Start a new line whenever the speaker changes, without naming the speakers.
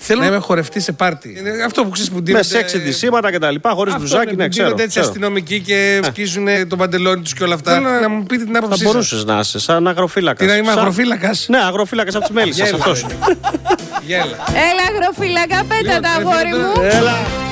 Θέλω
να
να
είμαι χορευτή σε πάρτι. Είναι αυτό που ξέρεις που
Με
ντύνονται-
σεξ εντυσσίματα και τα λοιπά, χωρίς
Αυτό είναι,
μπουζάκι,
που
ναι, ξέρω.
ντύνονται έτσι
ξέρω.
αστυνομικοί και σκίζουν τον παντελόνι τους και όλα αυτά. Ε. Θέλω να- να μου πείτε την
Θα
άποψή σας.
μπορούσες να είσαι σαν αγροφύλακας.
Τι να είμαι
Σαν-
αγροφύλακας.
Ναι, αγροφύλακας από τις μέλισσες.
Γέλα.
Αυτός.
Γέλα. Λοιπόν, ε,
Έλα, αγροφύλακα, πέτα τα αγόρι μου.
Έλα.